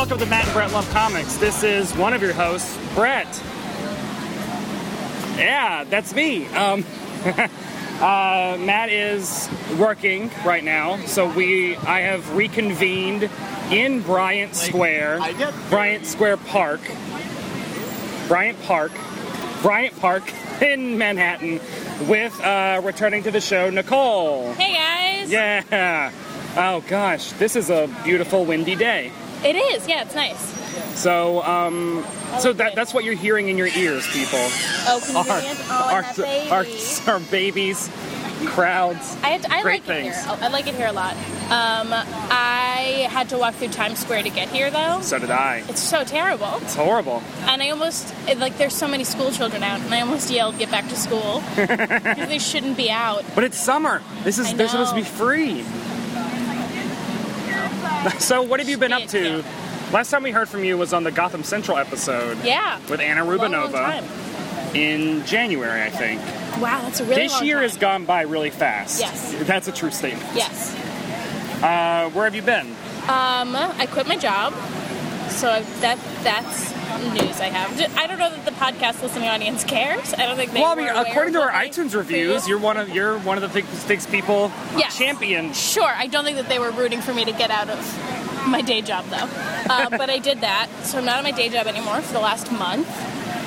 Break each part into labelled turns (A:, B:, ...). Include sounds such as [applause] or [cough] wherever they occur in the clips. A: Welcome to Matt and Brett Love Comics. This is one of your hosts, Brett. Yeah, that's me. Um, [laughs] uh, Matt is working right now, so we I have reconvened in Bryant Square,
B: I get-
A: Bryant Square Park, Bryant Park, Bryant Park in Manhattan, with uh, returning to the show Nicole.
C: Hey guys!
A: Yeah. Oh gosh, this is a beautiful windy day.
C: It is, yeah, it's nice.
A: So, um, so that, that's what you're hearing in your ears, people.
C: Oh, can you hear
A: Our,
C: me?
A: our, our, our babies, crowds.
C: I, had I
A: great
C: like it here.
A: things.
C: Oh, I like it here a lot. Um, I had to walk through Times Square to get here though.
A: So did I.
C: It's so terrible.
A: It's horrible.
C: And I almost, it- like, there's so many school children out, and I almost yelled, get back
A: [laughs]
C: to school. because they shouldn't be out.
A: But it's summer. This is
C: I
A: they're supposed to be
C: know.
A: free. So what have you been up to? Last time we heard from you was on the Gotham Central episode
C: Yeah.
A: with Anna
C: Long, long
A: Rubinova
C: time.
A: in January, I think.
C: Wow, that's a really
A: this
C: long
A: year
C: time.
A: has gone by really fast.
C: Yes.
A: That's a true statement.
C: Yes.
A: Uh, where have you been?
C: Um, I quit my job, so I, that that's news I have. D- I don't know that the podcast listening audience cares. I don't think they.
A: well, I
C: were
A: mean,
C: aware
A: according to
C: of
A: our
C: what they-
A: iTunes reviews, you're one of you're one of the things, things people
C: Yes.
A: champion.
C: Sure, I don't think that they were rooting for me to get out of my day job though.
A: [laughs]
C: Uh, but I did that, so I'm not on my day job anymore for the last month.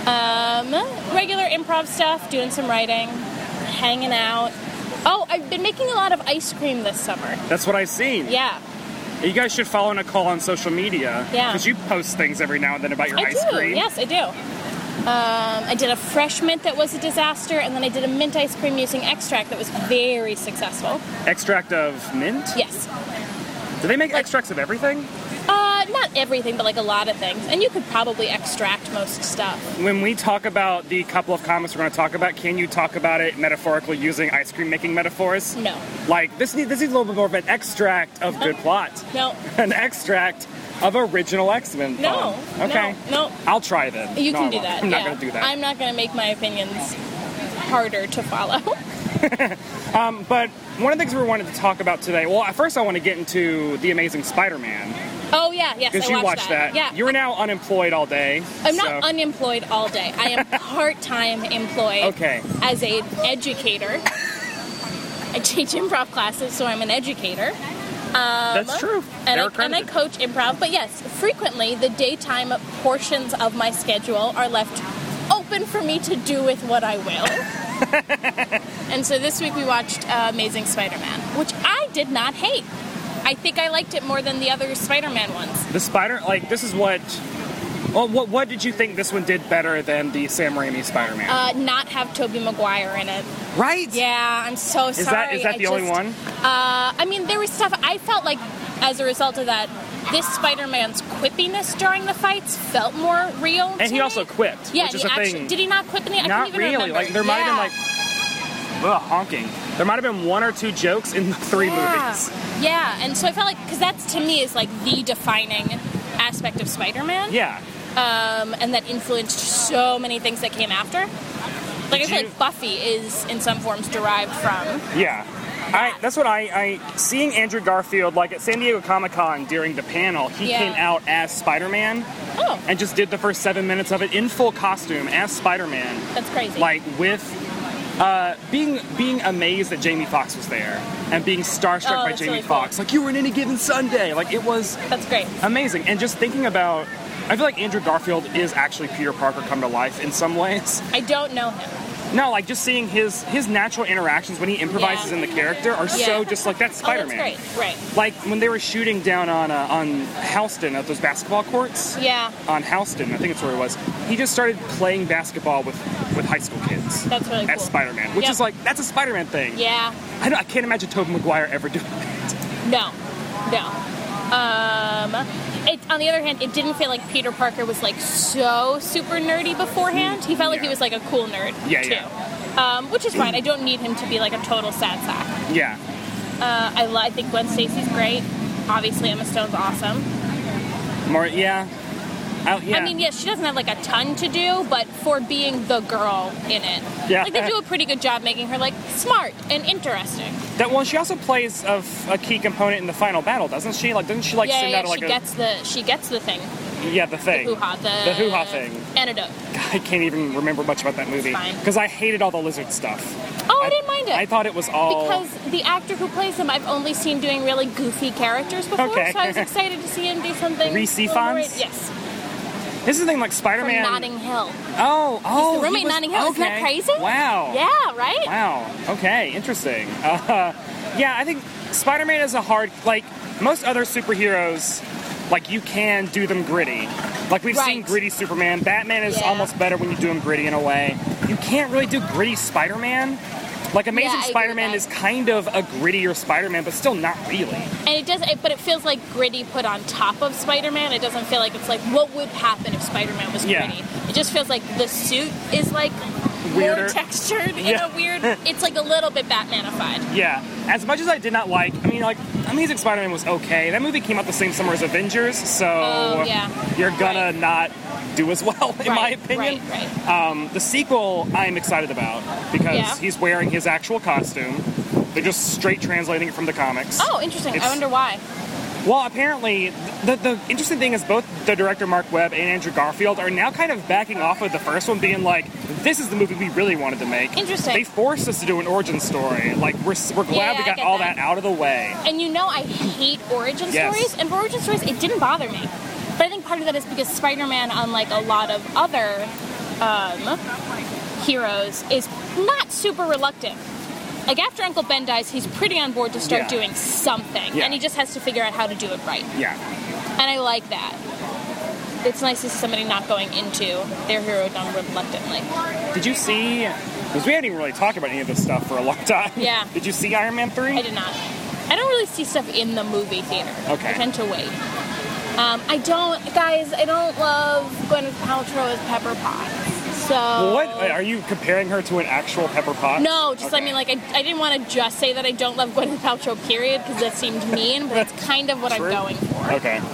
C: Um, regular improv stuff, doing some writing, hanging out. Oh, I've been making a lot of ice cream this summer.
A: That's what I've seen.
C: Yeah,
A: You guys should follow Nicole on social media.
C: Yeah.
A: Because you post things every now and then about your
C: I
A: ice
C: do.
A: cream.
C: Yes, I do. Um, I did a fresh mint that was a disaster, and then I did a mint ice cream using extract that was very successful.
A: Extract of mint.
C: Yes,
A: Do they make extracts of everything?
C: uh, not everything, but like a lot of things, and you could probably extract most stuff.
A: When we talk about the couple of comics we're going to talk about, can you talk about it metaphorically using ice cream making metaphors?
C: No,
A: Like this needs this needs a little bit more of an extract of
C: [laughs]
A: good plot,
C: no,
A: an extract of original X Men.
C: no,
A: Oh, Okay.
C: no, no.
A: I'll try then.
C: You
A: No, I
C: can do
A: won't.
C: that.
A: I'm
C: yeah.
A: not going to do that.
C: I'm not going to make my opinions harder to follow. [laughs]
A: But one of the things we wanted to talk about today, well, at first I want to get into The Amazing Spider Man,
C: oh yeah, yes, I
A: because
C: watched
A: you watched that.
C: Yeah,
A: You are now unemployed all day.
C: I'm
A: so-
C: not unemployed all day. I
A: [laughs]
C: am part-time employed
A: Okay.
C: as a educator. I teach improv classes, so I'm an educator.
A: That's true.
C: Um, And
A: They're
C: I, and I
A: accredited.
C: coach improv, but yes, frequently the daytime portions of my schedule are left open for me to do with what I will.
A: [laughs]
C: and so this week we watched uh, Amazing Spider-Man, which I did not hate. I think I liked it more than the other Spider-Man ones.
A: The Spider, like, this is what. Well, what, what did you think this one did better than the Sam Raimi Spider Man?
C: Uh, not have Tobey Maguire in it.
A: right?
C: Yeah, I'm so sorry.
A: Is that is that
C: I
A: the only
C: just-
A: one?
C: Uh, I mean, there was stuff I felt like as a result of that, this Spider-Man's quippiness during the fights felt more real. to
A: And he
C: me.
A: also quipped,
C: Yeah,
A: which
C: he
A: is a
C: actually
A: thing.
C: did he not quip in the? I
A: not
C: can't even
A: really.
C: Remember.
A: Like there might
C: yeah.
A: have been like, ugh, honking. There might have been one or two jokes in the three
C: yeah.
A: movies.
C: Yeah, and so I felt like because that's to me is like the defining aspect of Spider-Man.
A: Yeah.
C: Um, and that influenced so many things that came after. Like I
A: Did
C: feel
A: you-
C: like Buffy is in some forms derived from.
A: Yeah. I, that's what I, I seeing Andrew Garfield like at San Diego Comic Con during the panel. He
C: Yeah.
A: came out as Spider Man
C: Oh,
A: and just did the first seven minutes of it in full costume as Spider Man,
C: that's crazy.
A: like with uh, being being amazed that Jamie Foxx was there and being starstruck
C: Oh,
A: by
C: that's
A: Jamie
C: really cool.
A: Foxx. Like you were in any given Sunday. Like it was
C: that's great.
A: amazing. And just thinking about, I feel like Andrew Garfield is actually Peter Parker come to life in some ways. [laughs]
C: I don't know him. Oh,
A: No, like just seeing his his natural interactions when he improvises
C: Yeah.
A: in the character are
C: Yeah.
A: so just like that's Spider Man.
C: Oh, that's great. Right.
A: Like when they were shooting down on uh, on Houston at those basketball courts.
C: Yeah,
A: On Houston, I think it's where it was. He just started playing basketball with with high school kids.
C: that's really cool.
A: As Spider Man, which
C: Yep.
A: is like that's a Spider Man thing.
C: Yeah.
A: I, don't, I can't imagine Tobey Maguire ever doing that. [laughs]
C: No. No. Um, it, on the other hand, it didn't feel like Peter Parker was like so super nerdy beforehand. He felt like
A: Yeah.
C: he was like a cool nerd.
A: Yeah,
C: too.
A: yeah.
C: Um, which is fine. I don't need him to be like a total sad sack.
A: Yeah,
C: Uh, I, lo- I think Gwen Stacy's great. Obviously, Emma Stone's awesome.
A: more yeah. I, yeah.
C: I mean, yes, she doesn't have like a ton to do, but for being the girl in it,
A: Yeah.
C: like they do a pretty good job making her like smart and interesting.
A: That, well, she also plays a, f- a key component in the final battle, doesn't she? Like, doesn't she like
C: yeah,
A: send
C: yeah,
A: out
C: she
A: like a
C: gets the she gets the thing,
A: yeah the thing?
C: hoo ha, the
A: The hoo-ha thing.
C: antidote.
A: I can't even remember much about that movie
C: fine.
A: because I hated all the lizard stuff.
C: Oh, I, didn't mind it.
A: I thought it was all
C: because the actor who plays him, I've only seen doing really goofy characters before,
A: Okay.
C: so I was excited to see him do something.
A: Reese
C: more-
A: Ifans?
C: Yes,
A: This is the thing, like Spider
C: from
A: Man.
C: Notting Hill.
A: Oh, oh,
C: the roommate
A: he
C: in
A: was-
C: Notting Hill. Isn't that
A: okay.
C: crazy?
A: Wow.
C: Yeah, right.
A: Wow. Okay. Interesting. Uh, yeah, I think Spider Man is a hard like most other superheroes. Like you can do them gritty. Like we've seen
C: Right.
A: gritty Superman. Batman is
C: Yeah.
A: almost better when you do him gritty in a way. You can't really do gritty Spider Man. Like
C: I
A: Amazing
C: agree with
A: Spider Man
C: that.
A: is kind of a grittier Spider Man, but still not really.
C: And it does, it, but it feels like gritty put on top of Spider-Man. It doesn't feel like it's like what would happen if Spider-Man was
A: Yeah.
C: gritty. It just feels like the suit is like
A: Weirder.
C: more textured
A: Yeah.
C: in
A: [laughs]
C: a weird. It's like a little bit Batmanified.
A: Yeah. As much as I did not like, I mean, like, Amazing Spider-Man was okay. That movie came out the same summer as Avengers, so
C: Oh, yeah.
A: you're gonna
C: Right.
A: not do as well, in my
C: right,
A: opinion.
C: right, right.
A: Um, the sequel, I'm excited about because
C: Yeah.
A: he's wearing his actual costume. They're just straight translating it from the comics.
C: Oh, interesting. I
A: It's-
C: wonder why.
A: Well, apparently, the, the interesting thing is both the director Mark Webb and Andrew Garfield are now kind of backing off of the first one, being like, "This is the movie we really wanted to make."
C: Interesting.
A: They forced us to do an origin story. Like, we're, s- we're glad
C: Yeah,
A: we
C: I
A: got
C: get
A: all
C: that.
A: that out of the way.
C: And you know, I hate origin
A: Yes.
C: stories, and for origin stories, it didn't bother me. But I think part of that is because Spider-Man, unlike a lot of other um, heroes, is not super reluctant. Like after Uncle Ben dies, he's pretty on board to start
A: Yeah.
C: doing something,
A: Yeah.
C: and he just has to figure out how to do it right.
A: Yeah.
C: And I like that. It's nice to see somebody not going into their hero done reluctantly.
A: Did you see? Because we haven't even really talked about any of this stuff for a long [laughs] time.
C: Yeah.
A: Did you see Iron Man three?
C: I did not. I don't really see stuff in the movie theater.
A: Okay.
C: I tend to wait. Um, I don't, guys. I don't love Gwyneth Paltrow as Pepper Potts. So
A: What are you comparing her to an actual Pepper Pot?
C: No, just I
A: Okay.
C: mean, like I, I didn't want to just say that I don't love Gwyneth Paltrow. Period, because that seemed mean, but it's kind of what
A: True.
C: I'm going for.
A: Okay. Uh,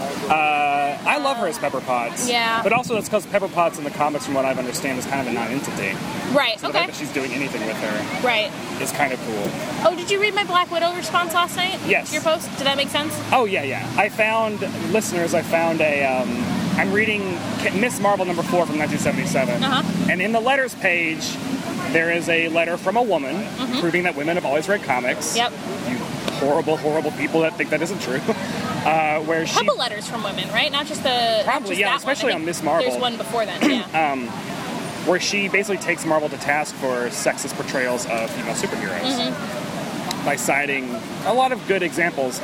A: I love her as Pepper Potts.
C: Yeah.
A: But also that's because Pepper Potts in the comics, from what I understand, is kind of a non-entity.
C: Right.
A: So the
C: okay.
A: fact that she's doing anything with her
C: Right.
A: is kind of cool.
C: Oh, did you read my Black Widow response last night?
A: Yes.
C: Your post. Did that make sense?
A: Oh yeah, yeah. I found listeners. I found a. Um, I'm reading Ca- Miss Marvel number four from 1977,
C: Uh-huh.
A: and in the letters page, there is a letter from a woman proving that women have always read comics.
C: Mm-hmm. Yep.
A: You horrible, horrible people that think that isn't true. [laughs] Uh, where she
C: Couple letters from women, right? Not just the. not
A: Probably,
C: just
A: yeah,
C: that one. I
A: especially
C: think
A: on Miss Marvel.
C: There's one before then.
A: [clears throat]
C: Yeah.
A: where she basically takes Marvel to task for sexist portrayals of female superheroes
C: Mm-hmm.
A: by citing a lot of good examples.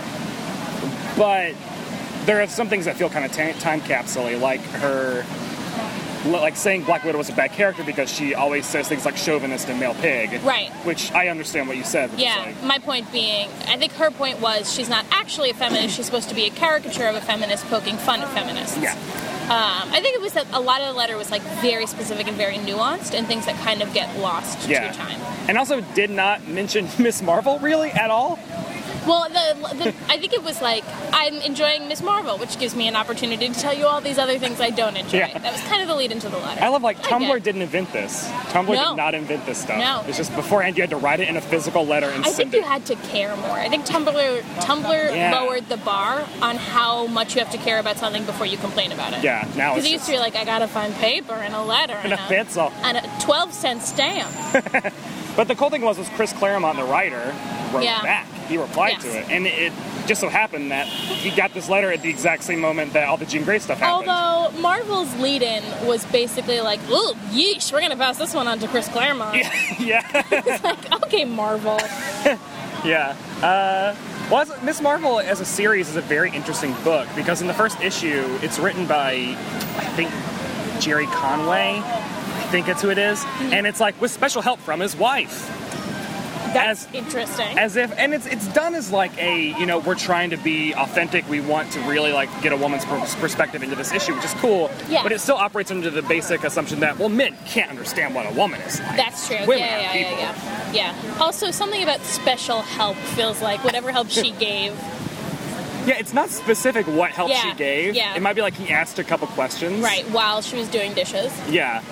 A: But there are some things that feel kind of ta time capsule like her, like saying Black Widow was a bad character because she always says things like chauvinist and male pig.
C: Right.
A: Which I understand what you said. which is
C: Yeah,
A: like-
C: my point being, I think her point was she's not actually a feminist. She's supposed to be a caricature of a feminist poking fun at feminists.
A: yeah.
C: Um, I think it was that a lot of the letter was like very specific and very nuanced and things that kind of get lost
A: Yeah.
C: to time.
A: And also did not mention [laughs] Miss Marvel really at all.
C: Well, the, the I think it was like I'm enjoying Miss Marvel, which gives me an opportunity to tell you all these other things I don't enjoy.
A: Yeah.
C: That was kind of the lead into the letter.
A: I love like
C: I
A: Tumblr
C: get-
A: didn't invent this. Tumblr
C: No.
A: did not invent this stuff.
C: No.
A: It's just beforehand you had to write it in a physical letter and
C: I
A: send
C: think you
A: it.
C: had to care more. I think Tumblr Tumblr
A: Yeah.
C: lowered the bar on how much you have to care about something before you complain about it.
A: yeah, now
C: Because
A: it's
C: it used
A: just,
C: to be like, I gotta find paper and a letter and,
A: a pencil.
C: and a 12 cent stamp.
A: But the cool thing was was Chris Claremont, the writer, wrote
C: Yeah.
A: back. He replied
C: Yes.
A: to it, and it just so happened that he got this letter at the exact same moment that all the Jean Grey stuff happened.
C: Although Marvel's lead in was basically like, ooh, yeesh, we're gonna pass this one on to Chris Claremont.
A: yeah, [laughs]
C: [laughs] It's like, okay, Marvel.
A: yeah. Uh, well, as- Miss Marvel as a series is a very interesting book because in the first issue, it's written by I think Jerry Conway. I think it's who it is,
C: Mm-hmm.
A: and it's like with special help from his wife.
C: That's
A: As-
C: interesting.
A: as if and it's it's done as like a you know we're trying to be authentic we want to really like get a woman's per- perspective into this issue which is cool
C: Yeah.
A: but it still operates under the basic assumption that well men can't understand what a woman is like
C: That's true.
A: women
C: yeah,
A: are
C: yeah,
A: people.
C: yeah,
A: [laughs]
C: yeah. Yeah. Also, something about special help feels like whatever help she gave
A: Yeah, it's not specific what help
C: Yeah,
A: she gave.
C: yeah.
A: It might be like he asked a couple questions.
C: Right, while she was doing dishes.
A: Yeah.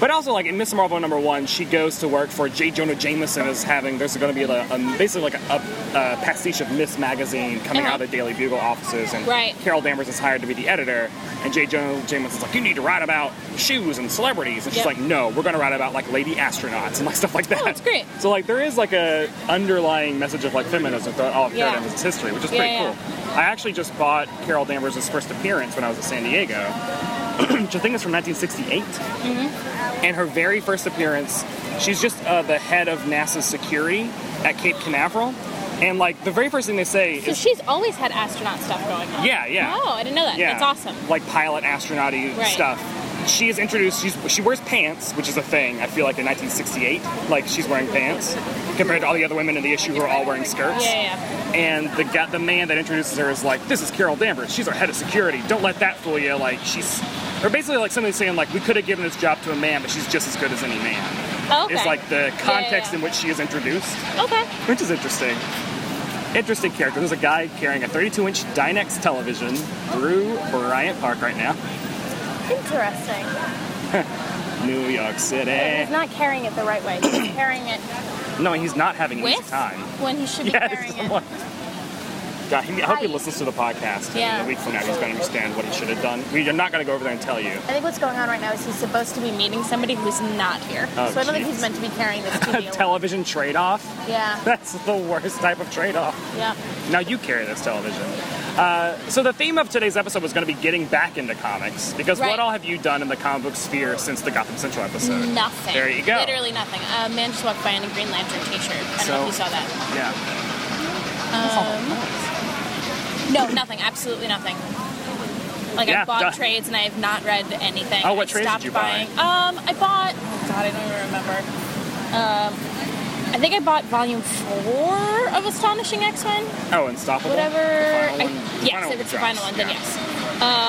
A: But also, like in Miss Marvel number one, she goes to work for J. Jonah Jameson is having. There's going to be like, um, basically like a, a pastiche of Miss magazine coming
C: Uh-huh.
A: out of the Daily Bugle offices, and
C: Right.
A: Carol Danvers is hired to be the editor, and J. Jonah Jameson's like, you need to write about shoes and celebrities, and she's
C: Yep. Oh,
A: like, no, we're going to write about like lady astronauts and like stuff like that.
C: that's great.
A: So like there is like a underlying message of like feminism throughout all of Carol
C: Yeah.
A: Danvers' history, which is
C: Yeah,
A: pretty
C: yeah.
A: cool. I actually just bought Carol Danvers' first appearance when I was at San Diego [clears throat] which I think is from 1968.
C: Mm-hmm.
A: And her very first appearance, she's just uh, the head of NASA's security at Cape Canaveral. And like the very first thing they say
C: So
A: is,
C: she's always had astronaut stuff going on.
A: yeah, yeah,
C: Oh, I didn't know that.
A: yeah,
C: That's awesome.
A: Like pilot astronaut
C: Right.
A: stuff. She is introduced. She's, she wears pants, which is a thing. I feel like in 1968, like she's wearing pants compared to all the other women in the issue who are all wearing skirts.
C: Yeah, yeah.
A: And the guy, the man that introduces her is like, "This is Carol Danvers. She's our head of security. Don't let that fool you." Like she's, or basically like somebody saying like, "We could have given this job to a man, but she's just as good as any man."
C: yeah. Okay.
A: It's like the context
C: yeah.
A: in which she is introduced,
C: Okay.
A: which is interesting. Interesting character. There's a guy carrying a 32-inch Dynex television through Bryant Park right now,
C: Interesting.
A: New York
C: He's
A: City.
C: not carrying it the right way. He's [coughs] carrying it
A: No, he's not having an easy
C: with
A: time.
C: when he should
A: [laughs]
C: be
A: Yes.
C: carrying it.
A: someone- God, he, I hope he
B: Hi.
A: listens to the podcast.
C: Yeah.
A: And a week from now, he's going to understand what he should have done. We are not going to go over there and tell you.
C: I think what's going on right now is he's supposed to be meeting somebody who's not here.
A: Oh,
C: so I don't think
A: geez.
C: he's meant to be carrying
A: [laughs]
C: this
A: A
C: TV.
A: television trade off?
C: yeah,
A: [laughs] That's the worst type of trade off.
C: yeah.
A: Now you carry this television. Uh, so the theme of today's episode was going to be getting back into comics because
C: Right.
A: what all have you done in the comic book sphere since the Gotham Central episode?
C: Nothing.
A: There you go.
C: Literally nothing. A man just walked by in a Green Lantern T-shirt. I don't know
A: So-
C: if you saw that.
A: Yeah.
C: No, nothing. Absolutely nothing. Like
A: Yeah,
C: I bought
A: duh.
C: trades and I have not read anything.
A: Oh, what
C: I
A: trades did
C: stopped
A: you buy?
C: buying. Um, I bought. Oh God, I don't even remember. Um, I think I bought volume four of Astonishing X Men.
A: Oh, Unstoppable.
C: whatever.
A: The final
C: I,
A: one? The
C: yes,
A: final
C: if
A: one
C: it's the
A: drops,
C: final one, then
A: yeah.
C: yes.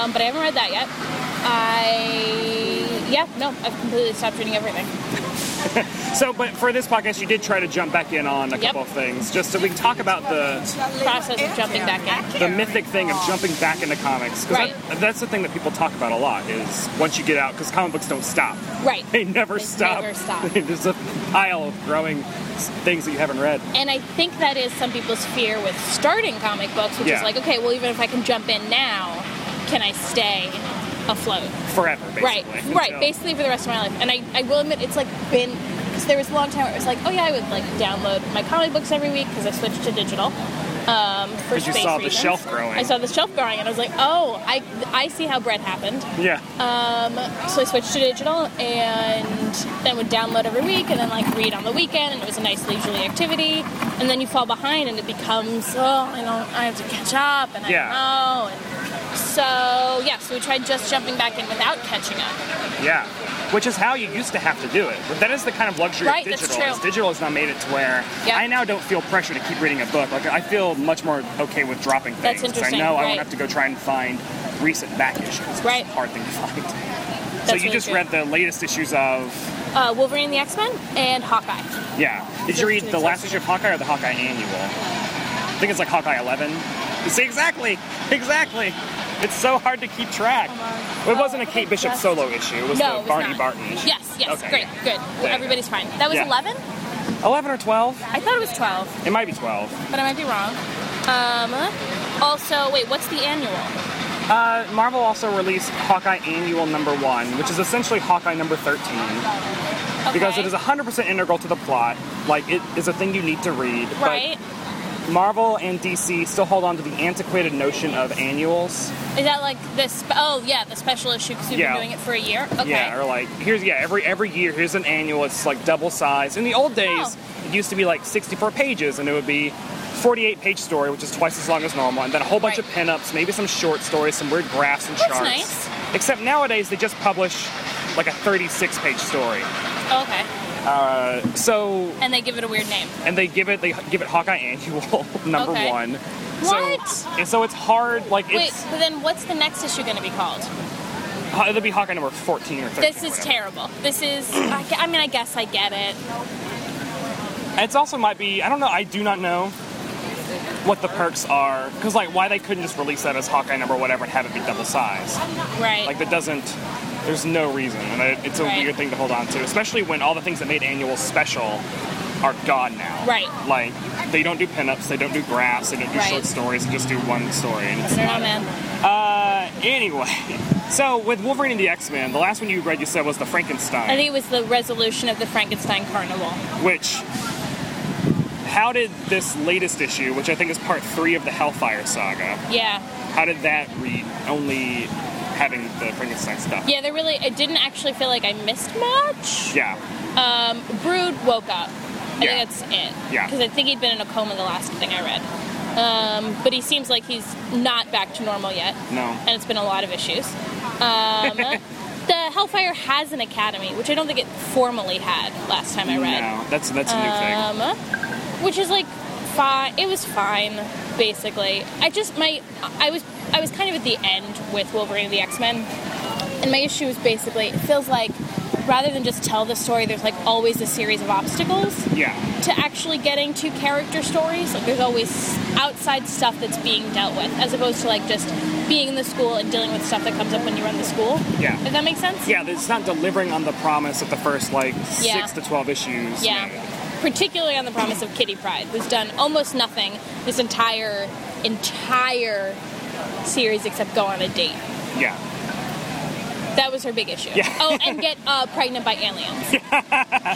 C: Um, but I haven't read that yet. I yeah, no, I've completely stopped reading everything.
A: So, but for this podcast, you did try to jump back in on a
C: Yep.
A: couple of things, just so we can talk about the
C: Process of jumping back in.
A: the mythic thing of jumping back into comics. 'Cause
C: Right.
A: that- that's the thing that people talk about a lot is once you get out, because comic books don't stop.
C: Right.
A: They never
C: They
A: stop. [laughs]
C: never stop.
A: There's a pile of growing s- things that you haven't read.
C: And I think that is some people's fear with starting comic books, which
A: Yeah.
C: is like, okay, well, even if I can jump in now, can I stay afloat?
A: forever, basically.
C: Right, right,
A: until-
C: basically for the rest of my life. And I, I will admit, it's like been, because there was a long time where it was like, oh yeah, I would like download my comic books every week because I switched to digital. Um, for
A: 'Cause you
C: space
A: saw the
C: reasons.
A: shelf growing.
C: I saw the shelf growing, and I was like, oh, I, I see how bread happened.
A: Yeah.
C: uh, So I switched to digital, and then would download every week, and then like read on the weekend, and it was a nice leisurely activity. And then you fall behind, and it becomes, oh, I don't, I have to catch up, and I
A: Yeah.
C: don't know. And so yeah, so we tried just jumping back in without catching up.
A: yeah. Which is how you used to have to do it. But that is the kind of luxury
C: Right,
A: of
C: that's
A: digital.
C: true.
A: is Digital has now made it to where
C: Yeah.
A: I now don't feel pressure to keep reading a book. Like I feel much more okay with dropping things.
C: That's interesting,
A: I know I
C: right.
A: won't have to go try and find recent back issues. It's
C: Right.
A: a hard thing to find. [laughs]
C: That's
A: so you
C: really
A: just
C: true.
A: read the latest issues of
C: uh, Wolverine, the X Men, and Hawkeye.
A: yeah. Did
C: Just
A: you read
C: an
A: the last issue
C: exception.
A: of Hawkeye or the Hawkeye annual? I think it's like Hawkeye 11. See exactly, exactly. It's so hard to keep track. It wasn't a Kate Bishop solo issue. It was
C: no, it
A: the
C: was
A: Barney
C: not.
A: Barton issue.
C: Yes, yes,
A: Okay.
C: great, good.
A: There.
C: Everybody's fine. That was
A: Yeah.
C: eleven.
A: 11 or 12?
C: I thought it was twelve,
A: It might be 12.
C: but I might be wrong. Um, also, wait, what's the annual?
A: Uh, Marvel also released Hawkeye Annual number 1, which is essentially Hawkeye number 13
C: Okay.
A: because it is 100% integral to the plot. Like it is a thing you need to read.
C: right.
A: But Marvel and DC still hold on to the antiquated notion of annuals.
C: Is that like this? Spe- oh yeah, the special issue because we've
A: Yeah.
C: been doing it for a year. Okay.
A: Yeah, or like here's yeah every every year here's an annual. It's like double size. In the
C: Oh.
A: old days, it used to be like 64 pages, and it would be 48 page story, which is twice as long as normal, and then a whole bunch
C: Right.
A: of pinups, maybe some short stories, some weird graphs and
C: That's
A: charts.
C: nice.
A: Except nowadays they just publish like a 36 page story.
C: okay.
A: So
C: And they give it a weird name.
A: and they give it they give it Hawkeye Annual [laughs] number
C: Okay.
A: one.
C: What?
A: So, and so it's hard. Like
C: Wait,
A: it's
C: but then what's the next issue going to be called?
A: it'll be Hawkeye number 14 or 13.
C: This
A: or
C: is
A: whatever.
C: terrible. This is. I, ge- I mean, I guess I get it.
A: It's also might be I don't know. I do not know. what the perks are. Because like, why they couldn't just release that as Hawkeye number whatever and have it be double sized?
C: Right.
A: Like that doesn't. There's no reason, and it- it's a
C: Right.
A: weird thing to hold on to, especially when all the things that made annual special are gone now.
C: Right.
A: Like they don't do pinups, they don't do graphs, they don't do
C: Right.
A: short stories, they just do one story, and
C: I
A: it's
C: don't
A: not
C: know, Oh, man.
A: Anyway, so with Wolverine and the X Men, the last one you read you said was the Frankenstein,
C: I think it was the resolution of the Frankenstein Carnival.
A: which. How did this latest issue, which I think is part three of the Hellfire saga,
C: Yeah.
A: how did that read? Only having the Frankenstein stuff.
C: Yeah, they really, I didn't actually feel like I missed much.
A: Yeah.
C: Brood woke up. I
A: Yeah.
C: think that's it.
A: Yeah.
C: Because I think he'd been in a coma the last thing I read. Um, but he seems like he's not back to normal yet.
A: No.
C: And it's been a lot of issues.
A: [laughs]
C: Um, the Hellfire has an academy, which I don't think it formally had last time I read.
A: No, that's that's a new thing.
C: Um, which is like fine. It was fine, basically. I just my I was I was kind of at the end with Wolverine and the X Men, and my issue is basically it feels like rather than just tell the story, there's like always a series of obstacles
A: Yeah.
C: to actually getting to character stories. Like there's always outside stuff that's being dealt with, as opposed to like just being in the school and dealing with stuff that comes up when you run the school.
A: Yeah.
C: If that makes sense.
A: Yeah, it's not delivering on the promise of the first like
C: Yeah.
A: six to twelve issues. made.
C: Yeah. Particularly on the promise of Kitty Pride, who's done almost nothing this entire entire series except go on a date.
A: Yeah.
C: That was her big issue.
A: Yeah.
C: Oh, and get uh, pregnant by aliens.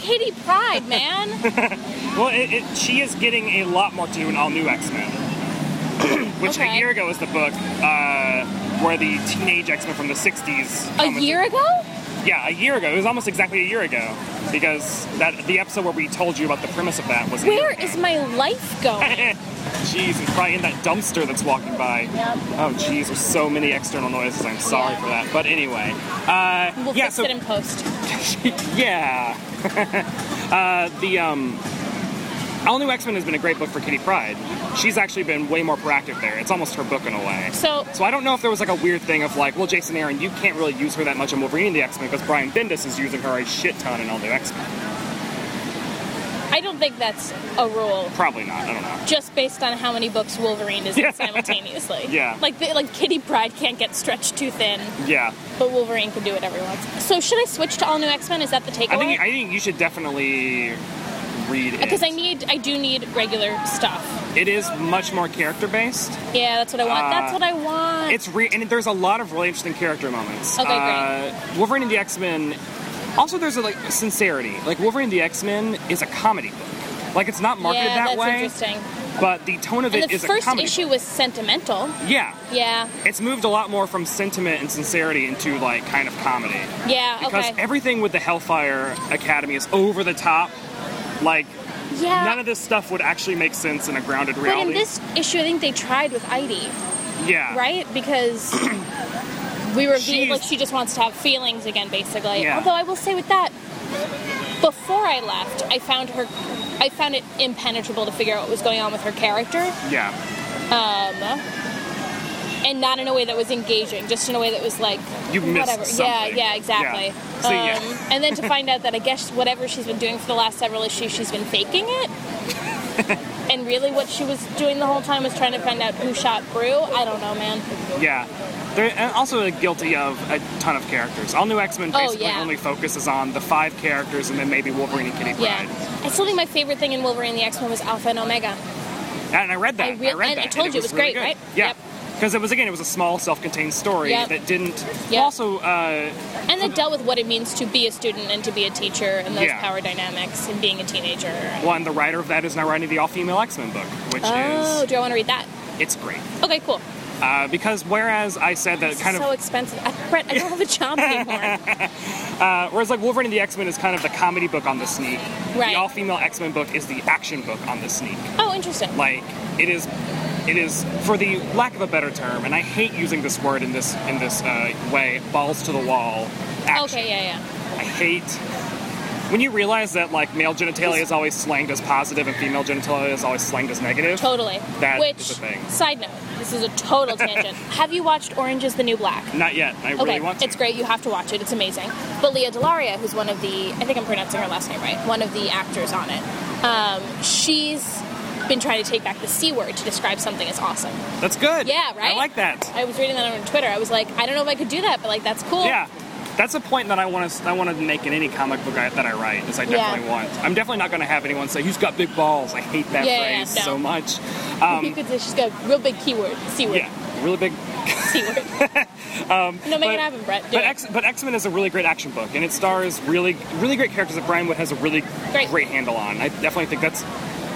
A: [laughs]
C: Kitty Pride, man.
A: Well, it, it, she is getting a lot more to do in all new X Men, [clears throat] which a
C: Okay.
A: year ago was the book uh, where the teenage X Men from the '60s.
C: A
A: commented-
C: year ago?
A: Yeah, a year ago. It was almost exactly a year ago because that the episode where we told you about the premise of that was. a year
C: Where
A: ago.
C: is my life going?
A: Jeez, it's probably in that dumpster that's walking by.
C: Yep.
A: Oh, jeez, there's so many external noises. I'm sorry
C: Yeah.
A: for that. But anyway, [laughs]
C: We'll
A: Yeah,
C: fix
A: so-
C: it in post.
A: yeah. [laughs] uh, the um, All New X Men has been a great book for Kitty Pride. She's actually been way more proactive there. It's almost her book in a way.
C: So
A: So I don't know if there was like a weird thing of like, well, Jason Aaron, you can't really use her that much in Wolverine and the X Men because Brian Bendis is using her a shit ton in All New X Men.
C: I don't think that's a rule.
A: Probably not. I don't know.
C: Just based on how many books Wolverine is
A: Yeah. [laughs]
C: in simultaneously.
A: Yeah.
C: Like the, like Kitty Pride can't get stretched too thin.
A: Yeah,
C: But Wolverine can do it every once. So should I switch to all new X Men? Is that the
A: I think
C: takeaway?
A: I think you should definitely read it
C: Because I need, I do need regular stuff.
A: It is much more character based.
C: Yeah, that's what I want.
A: Uh,
C: that's what I want.
A: It's re- and there's a lot of really interesting character moments.
C: Okay, great.
A: Uh, Wolverine and the X Men. Also, there's a like sincerity. Like Wolverine and the X Men is a comedy book. Like it's not marketed
C: yeah,
A: that
C: that's
A: way,
C: interesting.
A: but the tone of
C: And
A: it
C: the
A: is
C: first
A: a comedy.
C: issue was sentimental.
A: book. Yeah,
C: Yeah,
A: it's moved a lot more from sentiment and sincerity into like kind of comedy
C: yeah,
A: because
C: okay,
A: everything with the Hellfire Academy is over the top. Like
C: yeah.
A: none of this stuff would actually make sense in a grounded
C: Uh, but
A: reality.
C: in this issue, I think they tried with Idy,
A: yeah,
C: right?
A: [clears throat]
C: Because we were
A: She's-
C: like she just wants to have feelings again, basically.
A: Yeah.
C: Although I will say with that, before I left, I found her, I found it impenetrable to figure out what was going on with her character.
A: Yeah,
C: Um, and not in a way that was engaging, just in a way that was like
A: You missed
C: whatever.
A: something.
C: Yeah, yeah, exactly.
A: Yeah. So, yeah.
C: Um, and then to find out that I guess whatever she's been doing for the last several issues, she's been faking
A: [laughs]
C: it. and really, what she was doing the whole time was trying to find out who shot Brew. I don't know, man.
A: yeah. They're and also guilty of a ton of characters. All new X Men
C: Oh,
A: basically
C: yeah.
A: only focuses on the five characters and then maybe Wolverine and Kitty
C: Yeah,
A: Pryde.
C: I still think my favorite thing in Wolverine and the X Men was Alpha and Omega.
A: And I read that. I,
C: I re-
A: read
C: and
A: that.
C: I told you it was
A: really
C: great,
A: good.
C: right?
A: Yeah.
C: Yep.
A: Because it was again, it was a small, self-contained story
C: Yep.
A: that didn't.
C: Yep.
A: Also, uh,
C: And that dealt with what it means to be a student and to be a teacher and those
A: Yeah.
C: power dynamics and being a teenager.
A: one, the writer of that is now writing the all-female X-Men book, which
C: Oh,
A: is
C: do I want to read that?
A: it's great.
C: Okay, cool.
A: Uh, because whereas I said that kind
C: so
A: of,
C: expensive. I, Brett, I don't have a job anymore.
A: [laughs] uh, whereas like Wolverine and the X-Men is kind of the comedy book on the sneak.
C: Right.
A: The all-female X-Men book is the action book on the sneak.
C: Oh, interesting.
A: like it is it is for the lack of a better term and i hate using this word in this in this uh, way balls to the wall action.
C: Okay, yeah, yeah.
A: i hate when you realize that like male genitalia is always slanged as positive and female genitalia is always slanged as negative
C: Totally.
A: That
C: Which,
A: is a thing.
C: side note, this is a total
A: [laughs]
C: tangent. Have you watched Orange is the New Black?
A: not yet i
C: Okay,
A: really want to
C: it's great. You have to watch it. It's amazing. But Leah Delaria, who's one of the, I think I'm pronouncing her last name right, one of the actors on it, um, she's been trying to take back the C word to describe something as awesome.
A: That's good.
C: Yeah, right?
A: I like that.
C: I was reading that on Twitter. I was like, I don't know if I could do that, but like, that's cool.
A: Yeah. That's a point that I want to I want to make in any comic book I, that I write. Is I
C: Yeah.
A: definitely want. I'm definitely not going to have anyone say he's got big balls. I hate that
C: Yeah, yeah,
A: phrase
C: no.
A: so much.
C: [laughs] you could just got a real big keyword, C word,
A: um, Yeah, really big.
C: C
A: [laughs]
C: word. no, make it happen, Brett. Do
A: But
C: it.
A: X, but X Men is a really great action book, and it stars really really great characters that Brian Wood has a really
C: Great.
A: handle on. I definitely think that's.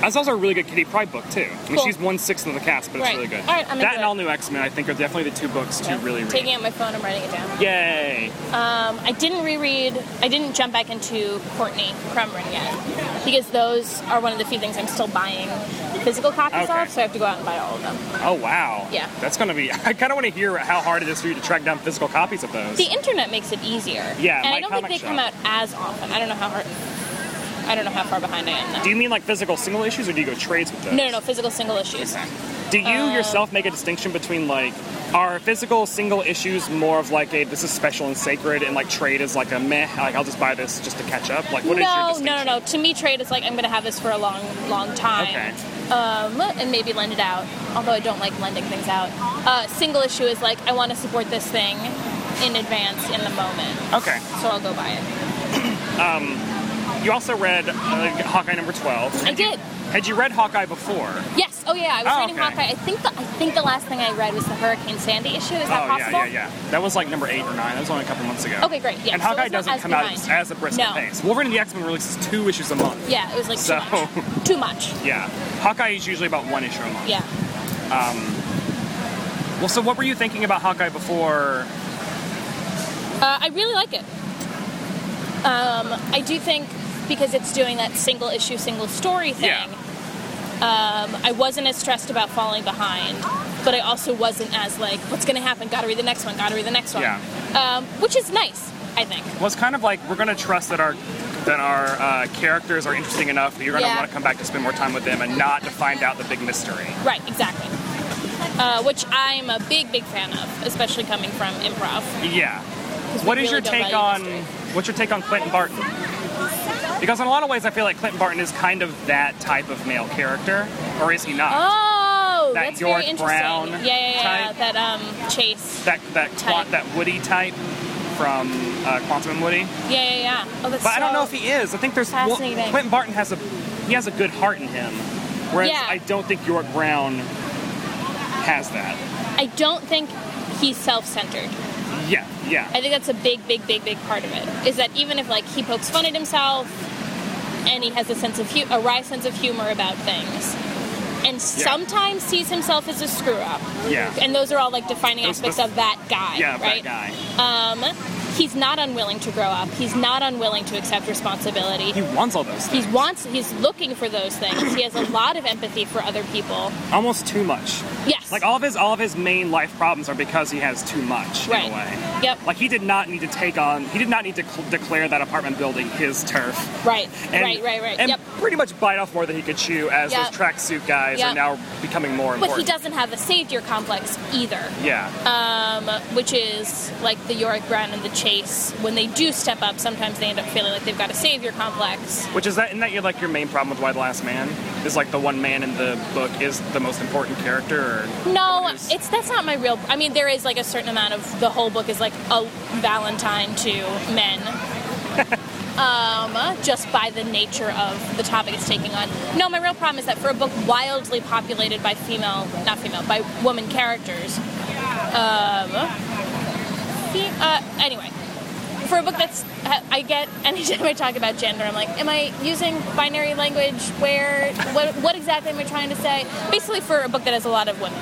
A: That's also a really good Kitty Pride book too. I mean,
C: Cool.
A: she's one sixth of the cast, but it's
C: Right.
A: really good.
C: All right, I'm into
A: that and
C: it.
A: all new X Men, I think, are definitely the two books to really read.
C: Taking out my phone, I'm writing it down.
A: Yay!
C: Um, I didn't reread. I didn't jump back into Courtney Crumrin yet because those are one of the few things I'm still buying physical copies
A: Okay.
C: of. So I have to go out and buy all of them.
A: Oh wow!
C: Yeah.
A: that's gonna be. [laughs] I kind of want to hear how hard it is for you to track down physical copies of those.
C: The internet makes it easier.
A: Yeah,
C: and
A: my
C: I don't think
A: comic
C: they
A: shop.
C: come out as often. I don't know how hard. I don't know how far behind I am now.
A: do you mean like physical single issues, or do you go trades with those?
C: no, no, no, physical single issues.
A: Do you
C: Uh.
A: yourself make a distinction between like are physical single issues more of like a this is special and sacred, and like trade is like a meh, like I'll just buy this just to catch up? Like what is your
C: no,
A: distinction?
C: no, no, no. To me, trade is like I'm going to have this for a long, long time,
A: Okay.
C: um, and maybe lend it out. Although I don't like lending things out. Uh, single issue is like I want to support this thing in advance, in the moment,
A: Okay.
C: so I'll go buy it.
A: You also read uh, Hawkeye number twelve.
C: I did.
A: Had you read Hawkeye before?
C: Yes. Oh yeah. I was
A: Oh,
C: reading
A: okay.
C: Hawkeye. I think the I think the last thing I read was the Hurricane Sandy issue. Is that
A: oh
C: possible?
A: yeah, yeah, yeah. That was like number eight or nine. That was only a couple months ago.
C: Okay, great. Yeah.
A: and
C: so
A: Hawkeye
C: it's not
A: doesn't
C: as
A: come
C: behind.
A: out as a brisk
C: No.
A: pace. Wolverine and the X Men releases two issues a month.
C: Yeah. It was like
A: So-
C: too much. Too much.
A: Yeah. Hawkeye is usually about one issue a month.
C: Yeah.
A: Well, so what were you thinking about Hawkeye before?
C: Uh, I really like it. Um, I do think because it's doing that single issue, single story thing.
A: Yeah.
C: Um, I wasn't as stressed about falling behind, but I also wasn't as like, what's going to happen? Got to read the next one. Got to read the next one.
A: Yeah.
C: Um, which is nice, I think.
A: Well, it's kind of like we're gonna trust that our that our uh, characters are interesting enough that you're gonna
C: Yeah.
A: want to come back to spend more time with them and not to find out the big mystery.
C: Right. Exactly. Uh, which I'm a big, big fan of, especially coming from improv.
A: Yeah.
C: we
A: What is
C: really
A: your
C: don't
A: take
C: value
A: on
C: mystery.
A: what's your take on Clinton Barton? Because in a lot of ways, I feel like Clinton Barton is kind of that type of male character, or is he not?
C: Oh,
A: That
C: that's
A: York
C: very interesting.
A: Brown
C: yeah, yeah, yeah,
A: type.
C: That um, chase.
A: That that qua-
C: Type.
A: that Woody type from uh, Quantum and Woody.
C: Yeah, yeah, yeah. Oh, that's
A: But I don't
C: so-
A: know if he is. I think there's well,
C: Fascinating.
A: Clinton Barton has a he has a good heart in him, whereas
C: Yeah.
A: I don't think York Brown has that.
C: I don't think he's self-centered.
A: Yeah, yeah.
C: I think that's a big, big, big, big part of it. Is that even if like he pokes fun at himself, and he has a sense of hu- a wry sense of humor about things, and sometimes sees himself as a screw up.
A: Yeah.
C: And those are all like defining
A: Those-
C: aspects
A: those-
C: of that guy.
A: yeah,
C: right? Um,
A: that guy.
C: He's not unwilling to grow up. He's not unwilling to accept responsibility.
A: He wants all those things.
C: He wants. He's looking for those things. He has a lot of empathy for other people.
A: Almost too much.
C: Yes.
A: Like all of his all of his main life problems are because he has too much
C: Right.
A: in a way.
C: Yep.
A: Like he did not need to take on. He did not need to cl- declare that apartment building his turf.
C: right.
A: And,
C: right. Right. Right.
A: And
C: Yep.
A: pretty much bite off more than he could chew as
C: Yep.
A: those tracksuit guys are
C: Yep.
A: now becoming more
C: But he Uh.
A: important.
C: doesn't have a savior complex either,
A: Yeah.
C: which is like the Yorick Brown and the Chase. When they do step up, sometimes they end up feeling like they've got a savior complex.
A: Which is that, isn't that your like your main problem with Why the Last Man? Is like the one man in the book is the most important character? Or
C: No,
A: Yes.
C: it's that's not my real. I mean, there is like a certain amount of the whole book is like a Valentine to men, um, just by the nature of the topic it's taking on. No, my real problem is that for a book wildly populated by female, not female, by woman characters. Um, fe- uh, anyway, for a book that's I get [laughs] anytime I talk about gender, I'm like, am I using binary language? Where? What? What exactly am I trying to say? Basically, for a book that has a lot of women,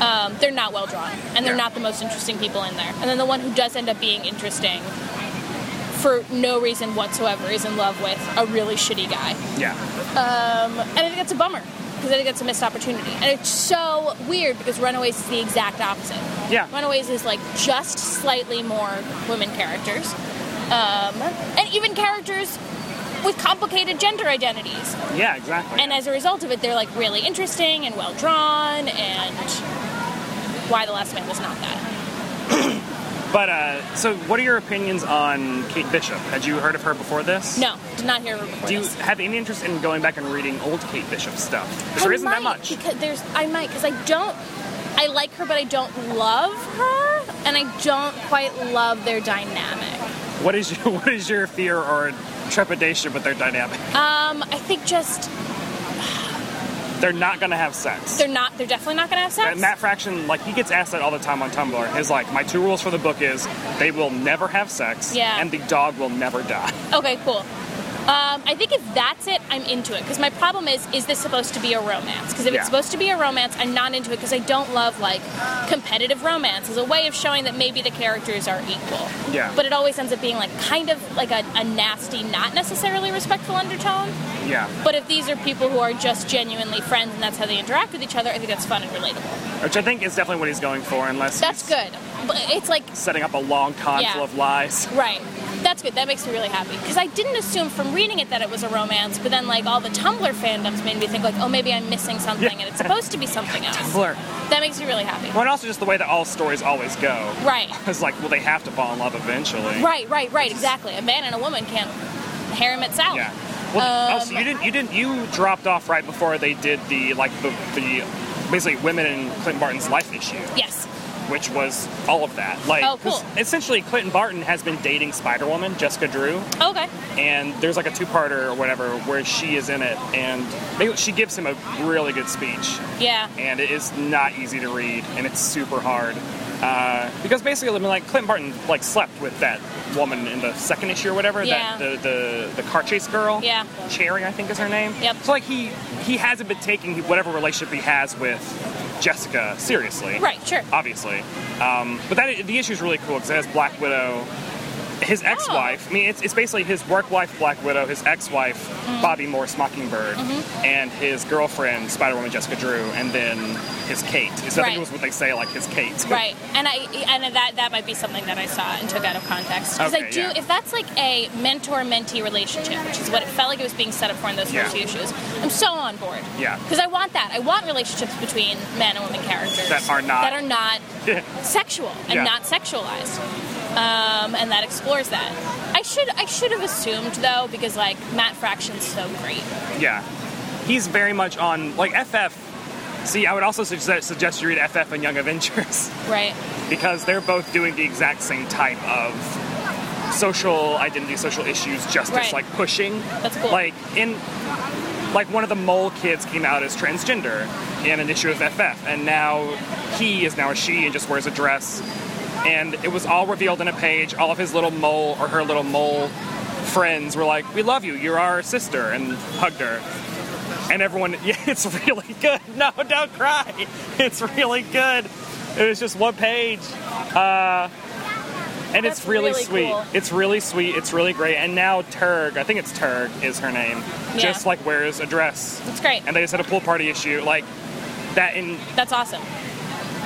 C: um, they're not well drawn, and they're
A: Yeah.
C: not the most interesting people in there. And then the one who does end up being interesting, for no reason whatsoever, is in love with a really shitty guy,
A: yeah,
C: and I think that's a bummer because I think that's a missed opportunity. And it's so weird because Runaways is the exact opposite.
A: yeah.
C: Runaways is like just slightly more women characters, um, and even characters with complicated gender identities.
A: Yeah, exactly.
C: And as a result of it, they're like really interesting and well drawn. And why the Last Man was not that.
A: But uh, so, what are your opinions on Kate Bishop? Had you heard of her before this?
C: No, did not hear her before.
A: Do you
C: this.
A: have any interest in going back and reading old Kate Bishop stuff? 'Cause
C: I
A: there isn't that
C: might,
A: much.
C: Because there's, I might because I don't. I like her, but I don't love her, and I don't quite love their dynamic.
A: What is your [laughs] what is your fear or trepidation with their dynamic?
C: Um, I think just
A: They're not gonna have sex.
C: they're not. They're definitely not gonna have sex.
A: And Matt Fraction, like he gets asked that all the time on Tumblr. He's like, my two rules for the book is they will never have sex,
C: Yeah.
A: and the dog will never
C: [laughs]
A: die.
C: Okay, cool. Um, I think if that's it, I'm into it. Because my problem is, is this supposed to be a romance? Because if
A: Yeah.
C: it's supposed to be a romance, I'm not into it because I don't love like competitive romance as a way of showing that maybe the characters are equal.
A: Yeah.
C: But it always ends up being like kind of like a, a nasty, not necessarily respectful undertone.
A: Yeah,
C: But if these are people who are just genuinely friends and that's how they interact with each other, I think that's fun and relatable.
A: which I think is definitely what he's going for, unless
C: That's
A: he's
C: good. But it's like
A: setting up a long con
C: Yeah.
A: full of lies.
C: Right. That's good. That makes me really happy. Because I didn't assume from reading it that it was a romance, but then like all the Tumblr fandoms made me think like, oh, maybe I'm missing something,
A: Yeah.
C: and it's supposed to be something else.
A: Blur.
C: That makes me really happy.
A: Well, and also just the way that all stories always go.
C: Right.
A: It's like, well, they have to fall in love eventually.
C: Right. Right. Right. Exactly. A man and a woman can't harem it out.
A: Yeah.
C: Um,
A: Well, oh, so you didn't, you didn't, you dropped off right before they did the like the, the basically women in Clinton Barton's life issue,
C: Yes.
A: which was all of that. Like,
C: Oh, cool.
A: 'cause essentially, Clinton Barton has been dating Spider Woman, Jessica Drew,
C: Okay.
A: and there's like a two parter or whatever where she is in it, and they, she gives him a really good speech,
C: Yeah.
A: and it is not easy to read, and it's super hard. Uh, because basically, I mean, like Clinton Barton like slept with that woman in the second issue or whatever,
C: Yeah.
A: that the, the the car chase girl,
C: Yeah.
A: Cherry, I think is her name.
C: Yep.
A: So like he he hasn't been taking whatever relationship he has with Jessica seriously,
C: Right. Sure.
A: Obviously, um, but that the issue is really cool because it has Black Widow, his
C: Oh.
A: ex-wife. I mean, it's, it's basically his work wife, Black Widow, his ex-wife,
C: Mm-hmm.
A: Bobby Morse Mockingbird, and his girlfriend, Spider-Woman Jessica Drew, and then his Kate. So I
C: Right.
A: think it was what they say, like his Kate.
C: Right, and I and that that might be something that I saw and took out of context because
A: Okay,
C: I do.
A: yeah.
C: If that's like a mentor-mentee relationship, which is what it felt like it was being set up for in those first
A: Yeah.
C: few issues, I'm so on board.
A: Yeah.
C: because I want that. I want relationships between man and woman characters
A: That are not-
C: that
A: [laughs]
C: are not sexual and
A: Yeah.
C: not sexualized, um, and that explores that. I should I should have assumed though because like Matt Fraction's so great.
A: yeah. He's very much on like FF. See, I would also suggest, suggest you read FF and Young Avengers [laughs]
C: Right.
A: because they're both doing the exact same type of social identity, social issues, justice,
C: Right.
A: like pushing.
C: That's cool.
A: Like in, like one of the mole kids came out as transgender in an issue of FF, and now he is now a she and just wears a dress. And it was all revealed in a page. All of his little mole or her little mole friends were like, "We love you. You're our sister," and hugged her. And everyone, [laughs] yeah, it's really good. No, don't cry. It's really good. It was just one page. Uh, and it's
C: That's
A: really,
C: really
A: sweet.
C: cool.
A: It's really sweet. It's really great. And now Turg, I think it's Turg is her name,
C: Yeah.
A: just like wears a dress.
C: That's great.
A: And they just had a pool party issue. Like that in
C: That's awesome.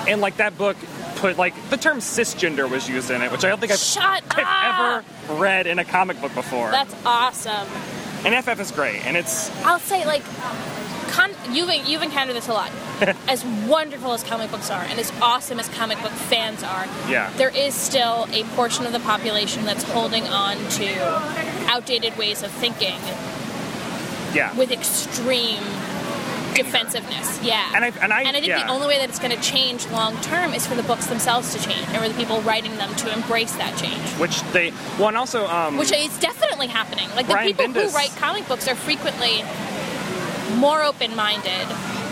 A: and like that book put like the term cisgender was used in it, which I don't think I've,
C: [laughs] Shut
A: I've
C: up.
A: ever read in a comic book before.
C: Ah! That's awesome.
A: and FF is great. And it's
C: I'll say like con- you've you've encountered this
A: [laughs]
C: a lot. as wonderful as comic books are, and as awesome as comic book fans are,
A: Yeah.
C: there is still a portion of the population that's holding on to outdated ways of thinking
A: yeah.
C: with extreme defensiveness. Yeah.
A: And I- and I-
C: think
A: yeah.
C: the only way that it's going to change long term is for the books themselves to change, and for the people writing them to embrace that change.
A: which they well and also um
C: Which is definitely happening. Like the
A: Brian
C: people
A: Bendis.
C: who write comic books are frequently more open-minded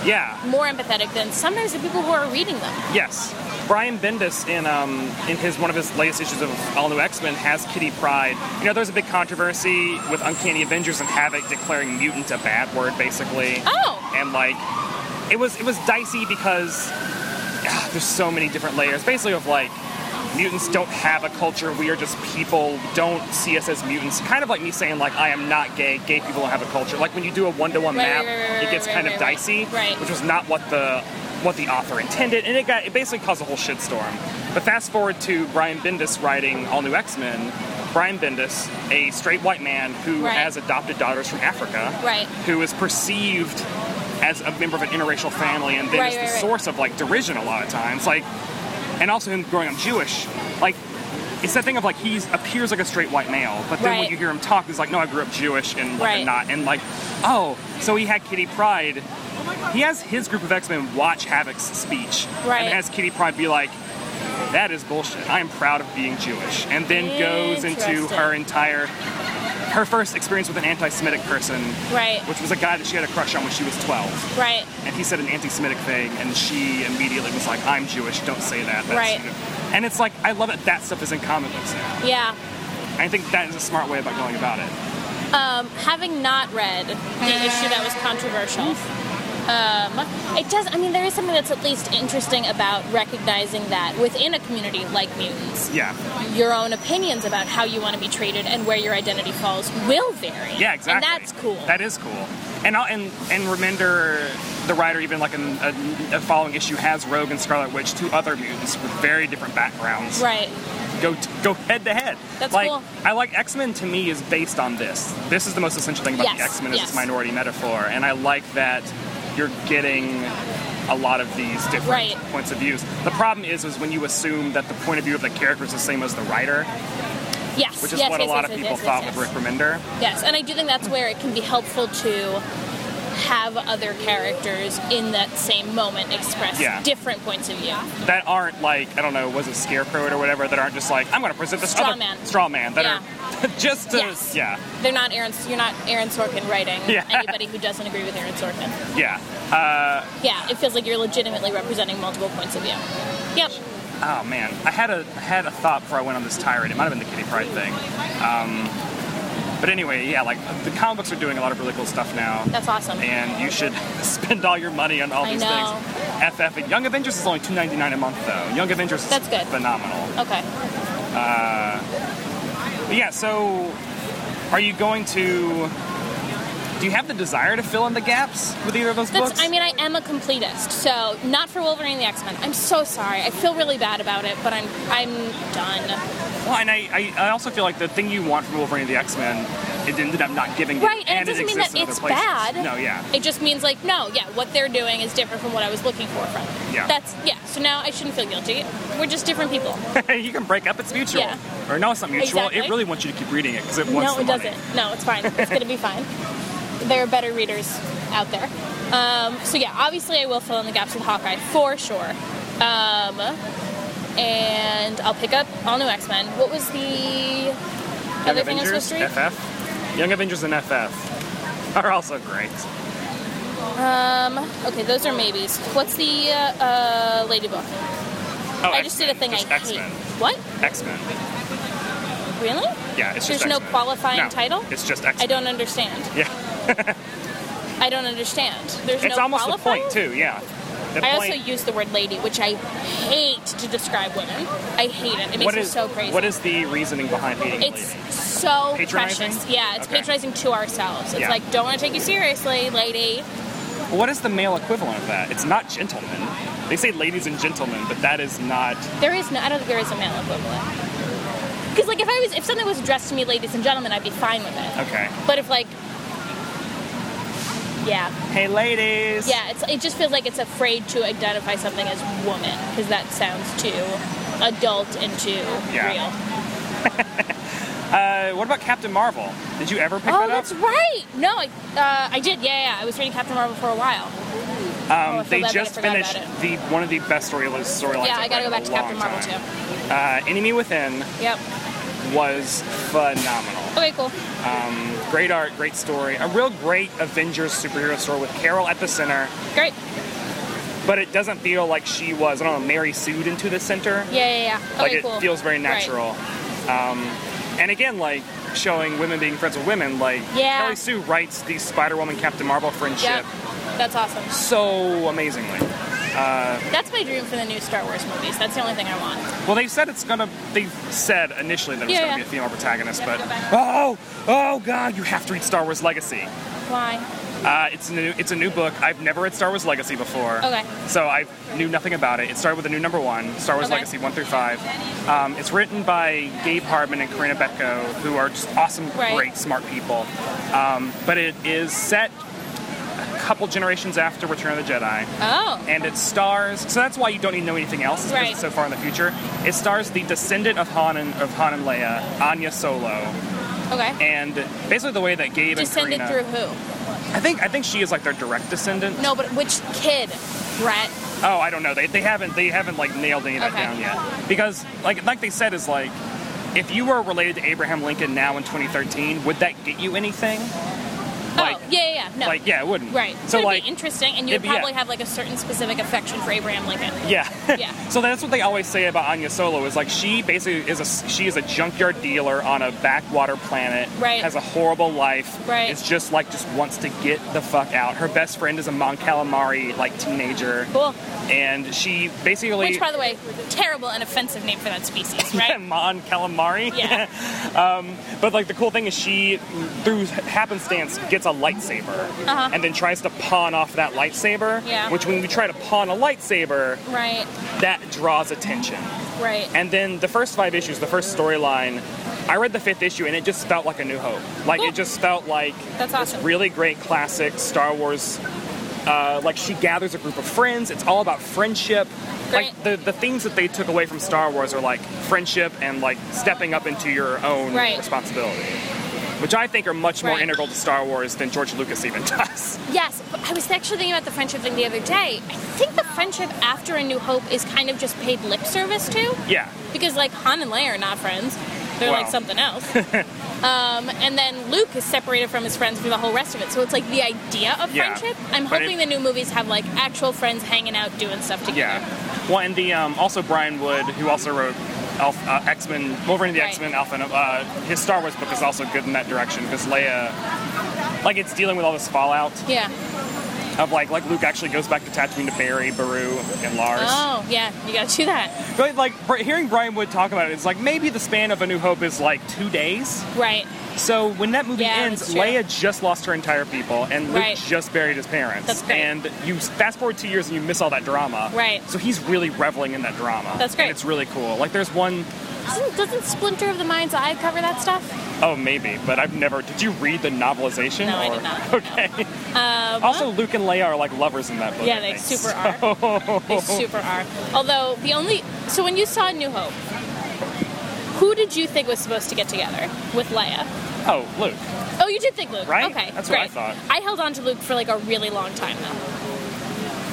A: yeah.
C: more empathetic than sometimes the people who are reading them.
A: Yes. Brian Bendis in um, in his one of his latest issues of All New X Men has Kitty Pride. You know, there was a big controversy with Uncanny Avengers and Havoc declaring mutant a bad word, basically,
C: Oh,
A: and like it was it was dicey because ah, there's so many different layers, basically of like mutants don't have a culture. We are just people. Don't see us as mutants. Kind of like me saying like I am not gay. Gay people don't have a culture. Like when you do a one to one
C: Right,
A: map,
C: right, right, right,
A: it gets
C: right,
A: kind of
C: right, right.
A: dicey,
C: Right.
A: which was not what the what the author intended, and it got it basically caused a whole shitstorm. But fast forward to Brian Bendis writing All New X Men. Brian Bendis, a straight white man who
C: Right.
A: has adopted daughters from Africa,
C: Right.
A: who is perceived as a member of an interracial family and then
C: Right,
A: is the
C: right, right.
A: source of like derision a lot of times. Like and also him growing up Jewish, like it's that thing of like he appears like a straight white male, but then when
C: Right.
A: you hear him talk, it's like, no, I grew up Jewish and like
C: Right.
A: I'm not, and like, oh, so he had Kitty Pride. He has his group of X Men watch Havoc's speech,
C: Right.
A: and has Kitty Pride be like, that is bullshit. I am proud of being Jewish, and then goes into
C: Interesting.
A: her entire her first experience with an anti-Semitic person,
C: Right.
A: which was a guy that she had a crush on when she was 12
C: Right.
A: and he said an anti-Semitic thing, and she immediately was like, "I'm Jewish. Don't say that."
C: Right.
A: And it's like I love that that stuff is in comic books now.
C: Yeah.
A: I think that is a smart way about going about it.
C: having not read the issue that was controversial, um, it does. I mean, there is something that's at least interesting about recognizing that within a community like mutants,
A: Yeah.
C: your own opinions about how you want to be treated and where your identity falls will vary.
A: Yeah. Exactly.
C: And that's cool.
A: That is cool. And I'll, and and Remender, the writer, even like in a, a following issue, has Rogue and Scarlet Witch, two other mutants with very different backgrounds.
C: right.
A: Go t- go head to head.
C: That's
A: like,
C: cool.
A: I like X Men. To me, is based on this. This is the most essential thing about the
C: Yes,
A: X Men is
C: yes.
A: this minority metaphor, and I like that you're getting a lot of these different
C: Right.
A: points of views. The problem is, is when you assume that the point of view of the character is the same as the writer,
C: Yes.
A: which is
C: yes,
A: what
C: yes,
A: a lot
C: yes,
A: of
C: yes,
A: people
C: yes,
A: thought
C: yes,
A: with Rick Remender.
C: Yes, and I do think that's where it can be helpful to have other characters in that same moment express
A: Yeah.
C: different points of view.
A: that aren't like I don't know, was it Scarecrow or whatever? That aren't just like I'm going to present this
C: Straw
A: other
C: man.
A: straw man that are [laughs] just to,
C: Yes.
A: yeah.
C: They're not Aaron. You're not Aaron Sorkin writing
A: Yeah. [laughs]
C: anybody who doesn't agree with Aaron Sorkin.
A: Yeah.
C: Yeah, it feels like you're legitimately representing multiple points of view. Yep.
A: Oh man, I had a I had a thought before I went on this tirade. It might have been the Kitty Pride thing. Um, but anyway, yeah, like the comic books are doing a lot of really cool stuff now,
C: That's awesome.
A: and you should [laughs] spend all your money on all
C: I
A: these
C: know.
A: things. FF and Young Avengers is only two ninety nine a month though. Young Avengers is
C: That's good.
A: phenomenal.
C: Okay.
A: But yeah, so are you going to? Do you have the desire to fill in the gaps with either of those
C: That's,
A: books?
C: I mean, I am a completist, so not for Wolverine and the X Men. I'm so sorry. I feel really bad about it, but I'm I'm done.
A: Well, and I, I, I also feel like the thing you want from Wolverine and the X Men, it ended up not giving you.
C: Right, and, it doesn't mean that
A: exists in other
C: it's
A: places.
C: bad.
A: No, yeah.
C: It just means like, no, yeah, what they're doing is different from what I was looking for from. it.
A: Yeah.
C: That's yeah. So now I shouldn't feel guilty. We're just different
A: [laughs]
C: people.
A: you can break up, it's mutual.
C: Yeah.
A: Or no, it's not mutual.
C: Exactly.
A: It really wants you to keep reading it because it wants
C: no,
A: the
C: it
A: money.
C: doesn't. No, it's fine.
A: [laughs]
C: It's gonna be fine. There are better readers out there. Um, so yeah, obviously I will fill in the gaps with Hawkeye for sure. Um, and I'll pick up all new X Men. What was the
A: Young
C: other thing I
A: Avengers,
C: was supposed to read?
A: FF. Young Avengers and FF are also great.
C: Um, okay, those are maybees. What's the uh, uh, Lady book?
A: Oh,
C: I just did a thing I
A: X Men.
C: hate. What?
A: X Men.
C: Really?
A: Yeah, it's just
C: There's no
A: X-Men.
C: qualifying
A: No,
C: title?
A: It's just X Men.
C: I don't understand.
A: Yeah.
C: [laughs] I don't understand. There's
A: It's
C: no
A: almost the
C: qualifying?
A: point, too, yeah. The
C: I
A: point,
C: also use the word lady, which I hate to describe women. I hate it. It makes
A: what
C: me
A: is,
C: so crazy.
A: What is the reasoning behind hating
C: it's
A: lady?
C: so
A: Patronizing?
C: precious. Yeah, it's
A: Okay.
C: patronizing to ourselves. It's
A: Yeah.
C: like, don't want to take you seriously, lady.
A: What is the male equivalent of that? It's not gentlemen. They say ladies and gentlemen, but that is not.
C: There is no, I don't think there is a male equivalent. Because, like, if I was, if something was addressed to me, ladies and gentlemen, I'd be fine with it.
A: Okay.
C: But if, like, yeah,
A: Hey, ladies.
C: yeah, it's, it just feels like it's afraid to identify something as woman, because that sounds too adult and too
A: Yeah.
C: real.
A: Uh, what about Captain Marvel? Did you ever pick
C: Oh,
A: that up?
C: that's right. No, I, uh, I did. Yeah, yeah. I was reading Captain Marvel for a while. Um,
A: They just finished the one of the best storylines. storylines
C: Yeah, I
A: I've read
C: gotta go back
A: in
C: to
A: a
C: Captain
A: long
C: Marvel
A: time. Uh, Enemy Within
C: too. Yep.
A: was phenomenal.
C: Okay, cool.
A: Great art, great story, a real great Avengers superhero story with Carol at the center.
C: Great.
A: But it doesn't feel like she was, I don't know, Mary Sued into the center.
C: Yeah, yeah, yeah. Okay,
A: like it
C: cool.
A: feels very
C: Right.
A: natural. Um, and again, like showing women being friends with women, like
C: Yeah.
A: Kelly Sue writes the Spider Woman Captain Marvel friendship
C: Yep. That's awesome.
A: so amazingly.
C: That's my dream for the new Star Wars movies. That's the only thing I want.
A: Well, they've said it's gonna. They said initially that it was
C: Yeah,
A: gonna
C: yeah.
A: be a female protagonist,
C: You have
A: but
C: to go back.
A: oh, oh god, you have to read Star Wars Legacy.
C: Why?
A: Uh, it's new. It's a new book. I've never read Star Wars Legacy before.
C: Okay.
A: So I knew nothing about it. It started with a new number one, Star Wars
C: Okay.
A: Legacy one through five. Um, it's written by Gabe Hardman and Karina Becko, who are just awesome,
C: Right.
A: great, smart people. Um, but it is set couple generations after Return of the Jedi.
C: Oh.
A: And it stars, so that's why you don't need to know anything else it's because
C: Right.
A: it's so far in the future. It stars the descendant of Han and of Han and Leia, Anya Solo,
C: Okay.
A: and basically the way that Gabe
C: Descended
A: and
C: through
A: Karina,
C: who?
A: I think I think she is like their direct descendant.
C: No, but which kid? Brett.
A: Oh, I don't know. They, they haven't they haven't like nailed any of that
C: Okay.
A: down yet. Because like like they said is like if you were related to Abraham Lincoln now in 2013, would that get you anything? Like
C: oh, yeah, yeah, yeah. No.
A: like yeah, it wouldn't.
C: Right.
A: So
C: So it'd
A: like
C: be interesting, and you
A: it'd
C: would
A: be- yeah.
C: probably have like a certain specific affection for Abraham Lincoln.
A: [laughs] yeah.
C: Yeah.
A: so that's what they always say about Anya Solo is like she basically is a she is a junkyard dealer on a backwater planet.
C: Right.
A: Has a horrible life.
C: Right.
A: Is just like just wants to get the fuck out. Her best friend is a Mon Calamari like teenager,
C: Cool.
A: and she basically [laughs]
C: Which, by the way, terrible and offensive name for that species, right?
A: Mon Calamari. [laughs] Um,
C: yeah.
A: But like the cool thing is she, through happenstance, gets a lightsaber and then tries to pawn off that lightsaber.
C: Uh-huh. Yeah.
A: Which when you try to pawn a lightsaber,
C: Right.
A: that draws attention.
C: Right.
A: And then the first five issues, the first storyline, I read the fifth issue and it just felt like a new hope. Like
C: Cool.
A: it just felt like
C: That's awesome.
A: really great classic Star Wars. Uh, like she gathers a group of friends. It's all about friendship. Like
C: Great.
A: the, the things that they took away from Star Wars are like friendship and like stepping up into your own
C: Right.
A: responsibility, which I think are much more
C: Right.
A: integral to Star Wars than George Lucas even [laughs] does.
C: Yes, but I was actually thinking about the friendship thing the other day. I think the friendship after A New Hope is kind of just paid lip service to,
A: yeah,
C: because like Han and Leia are not friends; they're
A: Wow.
C: like
A: [laughs]
C: something else. um, and then Luke is separated from his friends for the whole rest of it, so it's like the idea of
A: Yeah.
C: friendship. I'm
A: But it-
C: hoping the new movies have like actual friends hanging out, doing stuff together.
A: yeah. Well, and the um, also Brian Wood, who also wrote Alpha, uh, X Men, Wolverine and the
C: Right.
A: X Men, Alpha, and, uh, his Star Wars book is also good in that direction because Leia, like, it's dealing with all this fallout.
C: Yeah.
A: of like like Luke actually goes back to Tatooine to Barry, Baru, and Lars.
C: Oh, yeah. You gotta do that.
A: But like br- hearing Brian Wood talk about it, it's like maybe the span of A New Hope is like two days.
C: Right.
A: So when that movie
C: Yeah,
A: ends,
C: that's true.
A: Leia just lost her entire people, and Luke
C: Right.
A: just buried his parents.
C: That's great.
A: And you fast forward two years, and you miss all that drama.
C: Right.
A: So he's really reveling in that drama.
C: That's great.
A: And it's really cool. Like there's one
C: Doesn't, doesn't Splinter of the Mind's Eye cover that stuff?
A: oh maybe, but I've never. Did you read the novelization?
C: No, I
A: or-
C: did not.
A: [laughs]
C: Uh,
A: Okay. also, Luke and Leia are like lovers in that book.
C: Yeah,
A: I
C: they
A: think.
C: super
A: [laughs]
C: are. They super are. Although the only so when you saw New Hope, who did you think was supposed to get together with Leia?
A: Oh, Luke.
C: Oh, you did think Luke.
A: Right?
C: Okay,
A: That's what I
C: great.
A: thought.
C: I held on to Luke for like a really long time though.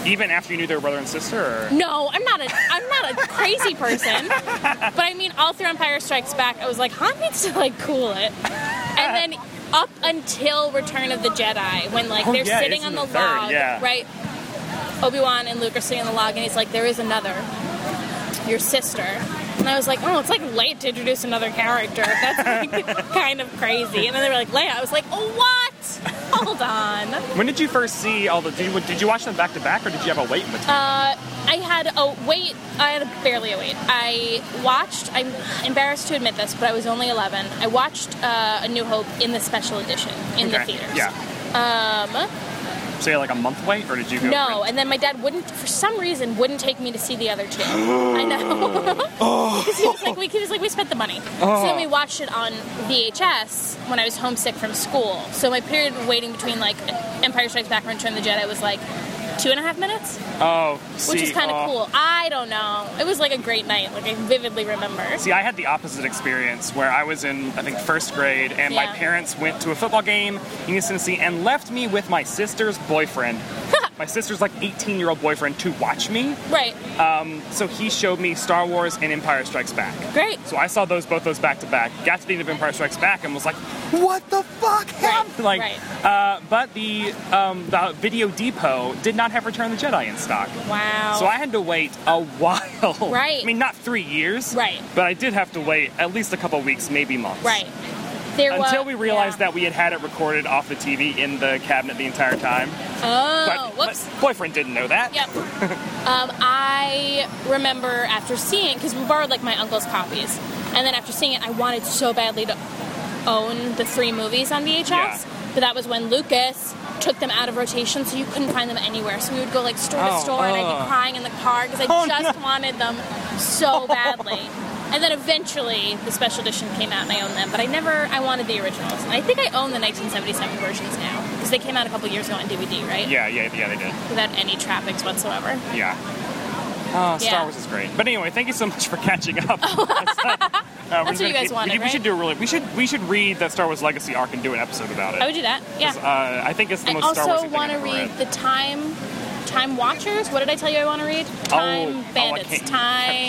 A: Even after you knew they were brother and sister. Or?
C: No, I'm not a I'm not a
A: [laughs]
C: crazy person. but I mean, all through Empire Strikes Back, I was like, Han needs to like cool it, and then. Up until Return of the Jedi, when like
A: Oh,
C: they're
A: yeah,
C: sitting
A: it's
C: on
A: in
C: the,
A: the third,
C: log,
A: yeah.
C: right? Obi Wan and Luke are sitting on the log, and he's like, "There is another, your sister." And I was like, "Oh, it's like late to introduce another character. That's like, [laughs] kind of crazy." And then they were like, "Leia." I was like, "Oh, what? Hold on."
A: When did you first see all the? Did you, did you watch them back to back, or did you have a wait in between?
C: Uh, I had a wait. I had a, barely a wait. I watched. I'm embarrassed to admit this, but I was only 11. I watched uh, A New Hope in the special edition in the
A: Okay.
C: theaters.
A: Yeah. Um. So you're like a month wait, or did you go?
C: No, and then my dad wouldn't, for some reason, wouldn't take me to see the
A: [gasps]
C: other two. I know.
A: Oh.
C: [laughs] 'Cause he was like, we he was like, we spent the money. So then we watched it on VHS when I was homesick from school. So my period of waiting between like Empire Strikes Back and Return of the Jedi was like two and a half minutes,
A: Oh, see,
C: which is kind of
A: oh.
C: cool. I don't know. It was like a great night. Like I vividly remember.
A: See, I had the opposite experience where I was in, I think, first grade, and my
C: Yeah.
A: parents went to a football game in East Tennessee and left me with my sister's boyfriend.
C: [laughs]
A: my sister's like 18 year old boyfriend to watch me.
C: Right.
A: So he showed me Star Wars and Empire Strikes Back.
C: Great.
A: So I saw those both those back to back. Got to the end of Empire Strikes Back and was like, "What the fuck happened?" like,
C: right.
A: uh, but the um, the Video Depot did not have Return of the Jedi in stock,
C: Wow.
A: so I had to wait a while.
C: Oh. Right.
A: I mean, not three years.
C: Right.
A: But I did have to wait at least a couple weeks, maybe months.
C: right. There wa-
A: Until we realized
C: yeah.
A: that we had had it recorded off the TV in the cabinet the entire time.
C: Oh,
A: but
C: whoops.
A: my boyfriend didn't know that. [laughs]
C: Yep. um, I remember after seeing because we borrowed like my uncle's copies, and then after seeing it, I wanted so badly to own the three movies on VHS.
A: Yeah.
C: But that was when Lucas took them out of rotation, so you couldn't find them anywhere. So we would go like store to
A: Oh,
C: store, and I'd
A: oh.
C: be crying in the car because I
A: Oh,
C: just
A: no. [laughs]
C: wanted them so badly. And then eventually the special edition came out and I owned them, but I never, I wanted the originals. And I think I own the 1977 versions now because they came out a couple years ago on DVD, right?
A: Yeah, yeah, yeah, they did.
C: Without any trappings whatsoever.
A: Yeah. Oh,
C: Yeah.
A: Star Wars is great. But anyway, thank you so [laughs] much for catching
C: [laughs]
A: up. [laughs] Uh, we're
C: That's
A: just
C: what you
A: gonna
C: guys
A: keep-
C: wanted,
A: We, we should
C: right?
A: do a really. We should we should read the Star Wars Legacy arc and do an episode about it.
C: I would do that. Oh, Yeah.
A: 'Cause, Uh, I think it's the
C: I
A: most Star Wars
C: also
A: thing I've
C: want to
A: ever
C: read
A: read.
C: the Time Time Watchers. What did I tell you I want to read? Time
A: oh, Oh, I
C: Bandits.
A: can't, Chron-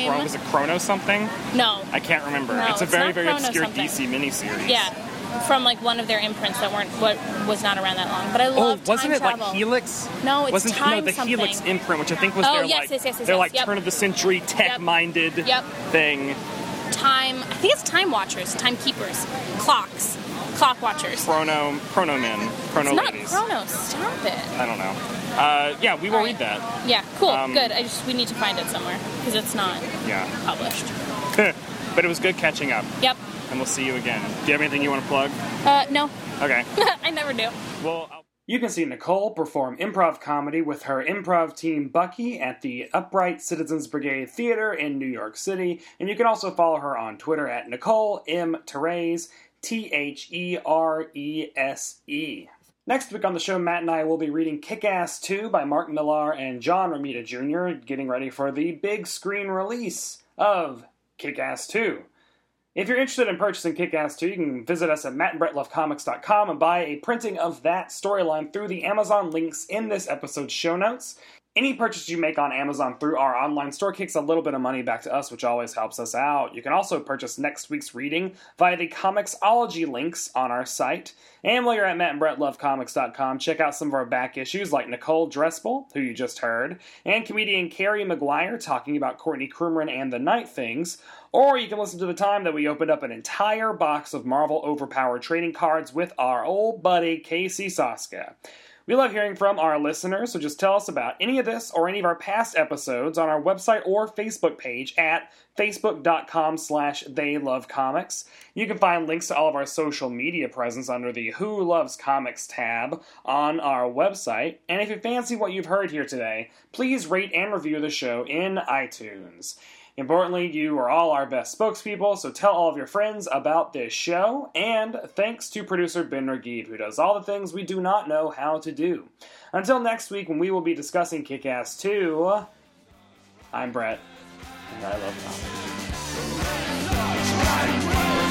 C: time.
A: was it Chrono something?
C: No.
A: I can't remember.
C: No,
A: it's a
C: it's
A: very
C: not
A: very
C: Chrono
A: obscure
C: something.
A: DC miniseries.
C: Yeah. From like one of their imprints that weren't what was not around that long. But I
A: Oh,
C: love time
A: wasn't it
C: travel.
A: like Helix?
C: No, it's
A: wasn't,
C: time
A: No, the
C: something.
A: Helix imprint, which I think was
C: Oh,
A: their
C: yes,
A: like,
C: yes, yes, yes,
A: their
C: yes,
A: like
C: yep.
A: turn of the century tech-minded
C: Yep.
A: thing.
C: Time. I think it's Time Watchers. Time Keepers. Clocks. Clock Watchers.
A: Chrono, chrono men, chrono
C: it's not
A: ladies.
C: Chronos. Stop it.
A: I don't know. Uh, yeah, we will
C: All
A: read
C: right.
A: that.
C: Yeah. Cool.
A: Um,
C: Good. I just we need to find it somewhere because it's not
A: Yeah, [laughs]
C: published.
A: but it was good catching up,
C: Yep.
A: and we'll see you again. Do you have anything you want to plug?
C: Uh, no. [laughs]
A: Okay.
C: I never do.
A: Well, you can see Nicole perform improv comedy with her improv team Bucky at the Upright Citizens Brigade Theater in New York City, and you can also follow her on Twitter at Nicole M Therese T H E R E S E. Next week on the show, Matt and I will be reading Kick Ass 2 by Mark Millar and John Romita Jr., getting ready for the big screen release of Kick Ass 2. If you're interested in purchasing Kick-Ass 2, you can visit us at mattandbrettlovecomics.com and buy a printing of that storyline through the Amazon links in this episode's show notes. Any purchase you make on Amazon through our online store kicks a little bit of money back to us, which always helps us out. You can also purchase next week's reading via the Comicsology links on our site. And while you're at mattandbrettlovecomics.com, check out some of our back issues like Nicole Dressel, who you just heard, and comedian Carrie McGuire talking about Courtney Krumren and the Night Things. Or you can listen to the time that we opened up an entire box of Marvel Overpower trading cards with our old buddy Casey Saska. We love hearing from our listeners, so just tell us about any of this or any of our past episodes on our website or Facebook page at facebook.com slash they love comics. You can find links to all of our social media presence under the Who Loves Comics tab on our website. And if you fancy what you've heard here today, please rate and review the show in iTunes. Importantly, you are all our best spokespeople, so tell all of your friends about this show. And thanks to producer Ben Ragid, who does all the things we do not know how to do. Until next week, when we will be discussing Kick Ass 2, I'm Brett, and I love comics.
B: Right, right.